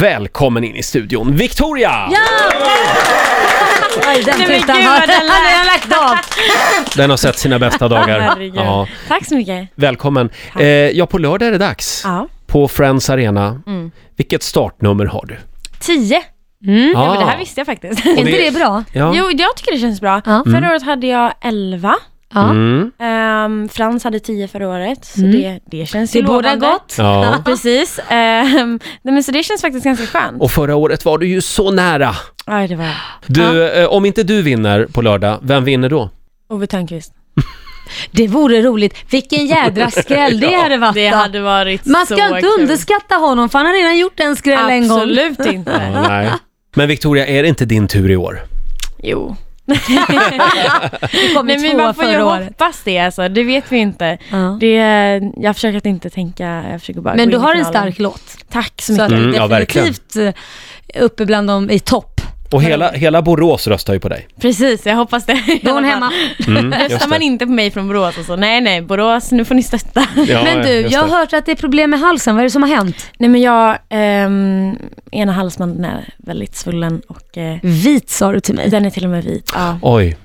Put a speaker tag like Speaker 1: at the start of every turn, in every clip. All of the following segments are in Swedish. Speaker 1: Välkommen in i studion, Victoria!
Speaker 2: Oj, den
Speaker 3: Nej, men
Speaker 2: tutan
Speaker 3: gud,
Speaker 2: har
Speaker 3: vad den lät.
Speaker 2: han har lagt av.
Speaker 1: Den har sett sina bästa dagar.
Speaker 3: Herregud.
Speaker 1: Ja,
Speaker 2: Tack så mycket.
Speaker 1: välkommen. Eh, ja, på lördag är det dags.
Speaker 2: Ja.
Speaker 1: På Friends Arena.
Speaker 3: Mm.
Speaker 1: Vilket startnummer har du?
Speaker 3: Tio. Mm, Ja, men det här visste jag faktiskt.
Speaker 2: Är inte
Speaker 1: det-
Speaker 2: det bra?
Speaker 1: Ja.
Speaker 3: Jo, jag tycker det känns bra. Mm.
Speaker 2: Ja. Mm.
Speaker 3: Förra året hade jag 11.
Speaker 2: Ja.
Speaker 1: Mm.
Speaker 3: Ehm, Frans hade 10 förra året, så det, det känns
Speaker 2: Mm. Det
Speaker 3: ju
Speaker 2: båda
Speaker 3: lovande.
Speaker 2: gott.
Speaker 1: Ja.
Speaker 3: Precis. Ehm, nej, men så det känns faktiskt ganska skönt.
Speaker 1: Och förra året var du ju så nära.
Speaker 3: Ja, det var
Speaker 1: Du, eh, om inte du vinner på lördag, vem vinner då?
Speaker 3: Ove Thörnqvist.
Speaker 2: Det vore roligt. Vilken jädra skräll det hade varit.
Speaker 3: Det
Speaker 2: då.
Speaker 3: hade varit
Speaker 2: Alltså, Man ska inte underskatta honom för han har redan gjort en skräll en gång.
Speaker 3: Absolut inte.
Speaker 1: Ja, nej. Men Victoria, är det inte din tur i år?
Speaker 3: Jo.
Speaker 2: Det kom ju
Speaker 3: Nej, men
Speaker 2: två
Speaker 3: man får ju
Speaker 2: förra året.
Speaker 3: hoppas det alltså. Det vet vi inte.
Speaker 2: Ja.
Speaker 3: Det, jag försöker att inte tänka, jag försöker bara
Speaker 2: Men
Speaker 3: gå
Speaker 2: du
Speaker 3: in i
Speaker 2: har en
Speaker 3: finalen.
Speaker 2: stark låt.
Speaker 3: Tack så
Speaker 2: Så
Speaker 3: mycket.
Speaker 2: att
Speaker 1: Mm, ja,
Speaker 2: definitivt eh, uppe bland dem i topp.
Speaker 1: Och hela, hela Borås röstar ju på dig.
Speaker 3: Precis, jag hoppas det.
Speaker 2: Då är hon hemma.
Speaker 1: Mm,
Speaker 3: Röstar
Speaker 1: just
Speaker 3: man
Speaker 1: det.
Speaker 3: inte på mig från Borås och så, nej nej Borås, nu får ni stötta.
Speaker 1: Ja,
Speaker 2: Men du,
Speaker 1: just
Speaker 2: jag har
Speaker 1: det.
Speaker 2: hört att det är problem med halsen. Vad är det som har hänt?
Speaker 3: Nej men jag, ehm, ena halsbanden är väldigt svullen och eh,
Speaker 2: Vit sa du till mig.
Speaker 3: den är till och med vit. Ja.
Speaker 1: Oj,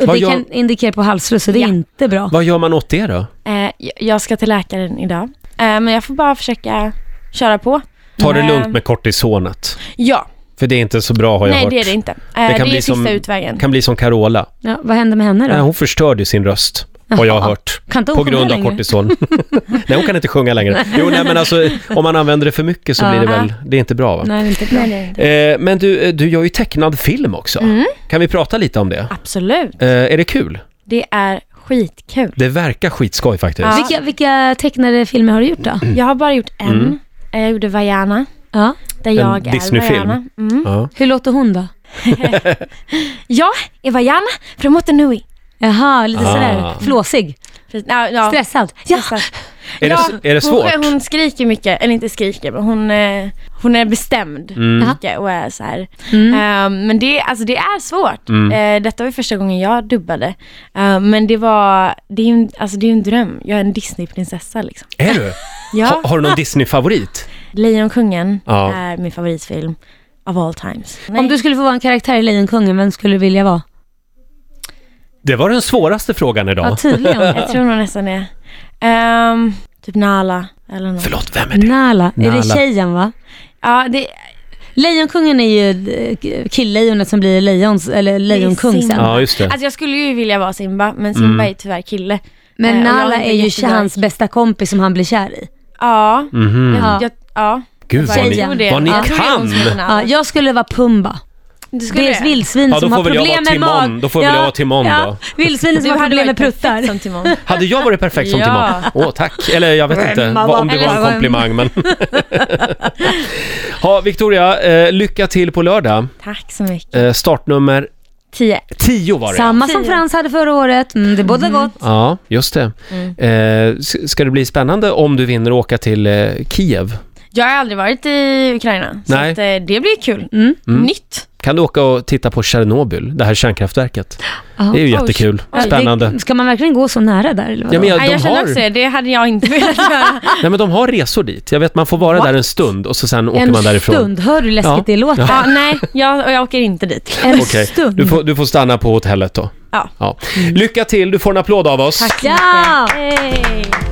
Speaker 2: Och
Speaker 1: Vad
Speaker 2: det
Speaker 1: gör-
Speaker 2: kan indikera på halsfluss, så det är
Speaker 3: Ja.
Speaker 2: inte bra.
Speaker 1: vad gör man åt det då?
Speaker 3: Eh, jag- jag ska till läkaren idag, eh, men jag får bara försöka köra på.
Speaker 1: Ta det
Speaker 3: Nej.
Speaker 1: lugnt med kortisonet.
Speaker 3: Ja,
Speaker 1: För det är inte så bra har jag
Speaker 3: nej
Speaker 1: hört.
Speaker 3: det är det inte. Eh, det,
Speaker 1: kan
Speaker 3: är
Speaker 1: bli
Speaker 3: sista
Speaker 1: som-
Speaker 3: utvägen.
Speaker 1: kan bli som Carola.
Speaker 2: Ja, vad händer med henne då?
Speaker 1: Nej, hon förstörde sin röst, har jag
Speaker 2: Jaha.
Speaker 1: hört.
Speaker 2: Kan inte
Speaker 1: På
Speaker 2: hon
Speaker 1: grund av
Speaker 2: sjunga längre?
Speaker 1: kortison. nej, hon kan inte sjunga längre. Jo, nej, men alltså, om man använder det för mycket så blir det
Speaker 2: Ja.
Speaker 1: väl, det är inte bra va?
Speaker 2: Nej, det är inte bra.
Speaker 1: Eh, men du, eh, du gör ju tecknad film också.
Speaker 3: Mm.
Speaker 1: Kan vi prata lite om det?
Speaker 3: Absolut,
Speaker 1: Eh, är det kul?
Speaker 3: det är skitkul.
Speaker 1: Det verkar skitskoj faktiskt.
Speaker 3: Ja.
Speaker 2: Vilka, vilka tecknade filmer har du gjort då?
Speaker 1: Mm.
Speaker 3: Jag har bara gjort en. Eh, Jag gjorde Vajana,
Speaker 2: Ja.
Speaker 3: där jag är
Speaker 1: Disneyfilm.
Speaker 3: Vajana. Mm.
Speaker 1: Ja.
Speaker 2: Hur låter hon då?
Speaker 3: Jag är Vajana från Motonui.
Speaker 2: Jaha, lite
Speaker 1: Ah.
Speaker 2: sådär flåsig,
Speaker 3: Precis. Ja, ja.
Speaker 2: stressad. Ja,
Speaker 3: Stressad.
Speaker 1: Är,
Speaker 3: Ja,
Speaker 1: det, är det svårt?
Speaker 3: Hon, hon skriker mycket, eller inte skriker, men hon, eh, hon är bestämd
Speaker 1: Mm.
Speaker 3: mycket och är så här.
Speaker 2: Mm.
Speaker 3: Eh, men det, alltså det är svårt.
Speaker 1: Mm.
Speaker 3: Eh, detta var ju första gången jag dubbade. Eh, men det var, det är ju en, alltså det är ju en dröm. Jag är en Disneyprinsessa liksom.
Speaker 1: Är du?
Speaker 3: Ja.
Speaker 1: Ha, har du någon Disney-favorit?
Speaker 3: Lejonkungen
Speaker 1: Ja.
Speaker 3: är min favoritfilm of all times. Nej.
Speaker 2: Om du skulle få vara en karaktär i Lejonkungen, vem skulle du vilja vara?
Speaker 1: Det var den svåraste frågan idag.
Speaker 2: Ja, tydligen.
Speaker 3: Jag tror nog nästan det. Ehm, typ Nala eller något.
Speaker 1: Förlåt, vem är det?
Speaker 2: Nala. Är
Speaker 1: Nala.
Speaker 2: det tjejen va?
Speaker 3: Ja, det,
Speaker 2: Lejonkungen är ju eh, killlejonet som blir lejons, eller lejonkung
Speaker 3: Simba.
Speaker 2: sen.
Speaker 1: Ja, just det. Mm.
Speaker 3: alltså jag skulle ju vilja vara Simba, men Simba är tyvärr kille. Eh,
Speaker 2: Men
Speaker 3: och jag
Speaker 2: Nala
Speaker 3: inte
Speaker 2: är ju
Speaker 3: jättebra-
Speaker 2: hans bästa kompis som han blir kär i.
Speaker 3: Ja,
Speaker 1: Mhm.
Speaker 3: jag, jag, ja.
Speaker 1: Gud vad
Speaker 3: Jag tror
Speaker 1: ni,
Speaker 3: det.
Speaker 1: vad ni
Speaker 3: Jag tror det är hon
Speaker 1: kan!
Speaker 3: som heter
Speaker 2: Ja,
Speaker 3: Nala.
Speaker 2: jag skulle vara Pumba.
Speaker 3: Du skulle
Speaker 2: Det är
Speaker 3: det.
Speaker 2: ett vildsvin
Speaker 1: Ja, då
Speaker 2: som
Speaker 1: får
Speaker 2: har
Speaker 1: väl jag vara
Speaker 2: problem med
Speaker 1: Timon.
Speaker 2: mag.
Speaker 1: Då får väl jag vara Timon då.
Speaker 2: Vildsvinen som
Speaker 3: Du
Speaker 2: har
Speaker 3: hade
Speaker 2: problem med
Speaker 3: varit
Speaker 2: pruttar.
Speaker 3: perfekt som Timon.
Speaker 1: Hade jag varit perfekt som
Speaker 3: Ja.
Speaker 1: Timon? Åh, tack. Eller jag vet inte vad- om det var en komplimang, men... Ja, Victoria, eh, lycka till på lördag.
Speaker 3: Tack så mycket.
Speaker 1: Eh, startnummer
Speaker 3: Tio.
Speaker 1: 10 var det.
Speaker 2: Samma som
Speaker 3: Tio.
Speaker 2: Frans hade förra året. Mm, det båda gott.
Speaker 1: Ja, just det. Eh, s- ska det bli spännande om du vinner och åka till eh, Kiev?
Speaker 3: Jag har aldrig varit i Ukraina, så
Speaker 1: Nej.
Speaker 3: att, eh, det blir kul.
Speaker 2: Mm.
Speaker 3: Nytt.
Speaker 1: Kan du åka och titta på Tjernobyl, det här kärnkraftverket?
Speaker 2: Ja.
Speaker 1: Det är ju jättekul.
Speaker 3: Oj.
Speaker 1: Spännande.
Speaker 2: Det, ska man verkligen gå så nära där eller vadå?
Speaker 1: Ja, men jag,
Speaker 3: Nej,
Speaker 1: de,
Speaker 3: jag känner också
Speaker 1: har,
Speaker 3: det, det hade jag inte velat göra.
Speaker 1: nej, men de har resor dit. Jag vet, man får vara där en stund och så sen åker
Speaker 2: en
Speaker 1: man därifrån.
Speaker 2: stund, hör du hur läskigt
Speaker 1: Ja.
Speaker 2: det låter?
Speaker 3: ja, nej, jag, och jag åker inte dit.
Speaker 2: En
Speaker 1: Okej,
Speaker 2: stund.
Speaker 1: du, får, du får stanna på hotellet då.
Speaker 3: Ja.
Speaker 1: Ja. Lycka till, du får en applåd av oss.
Speaker 2: Ja!
Speaker 3: Hej.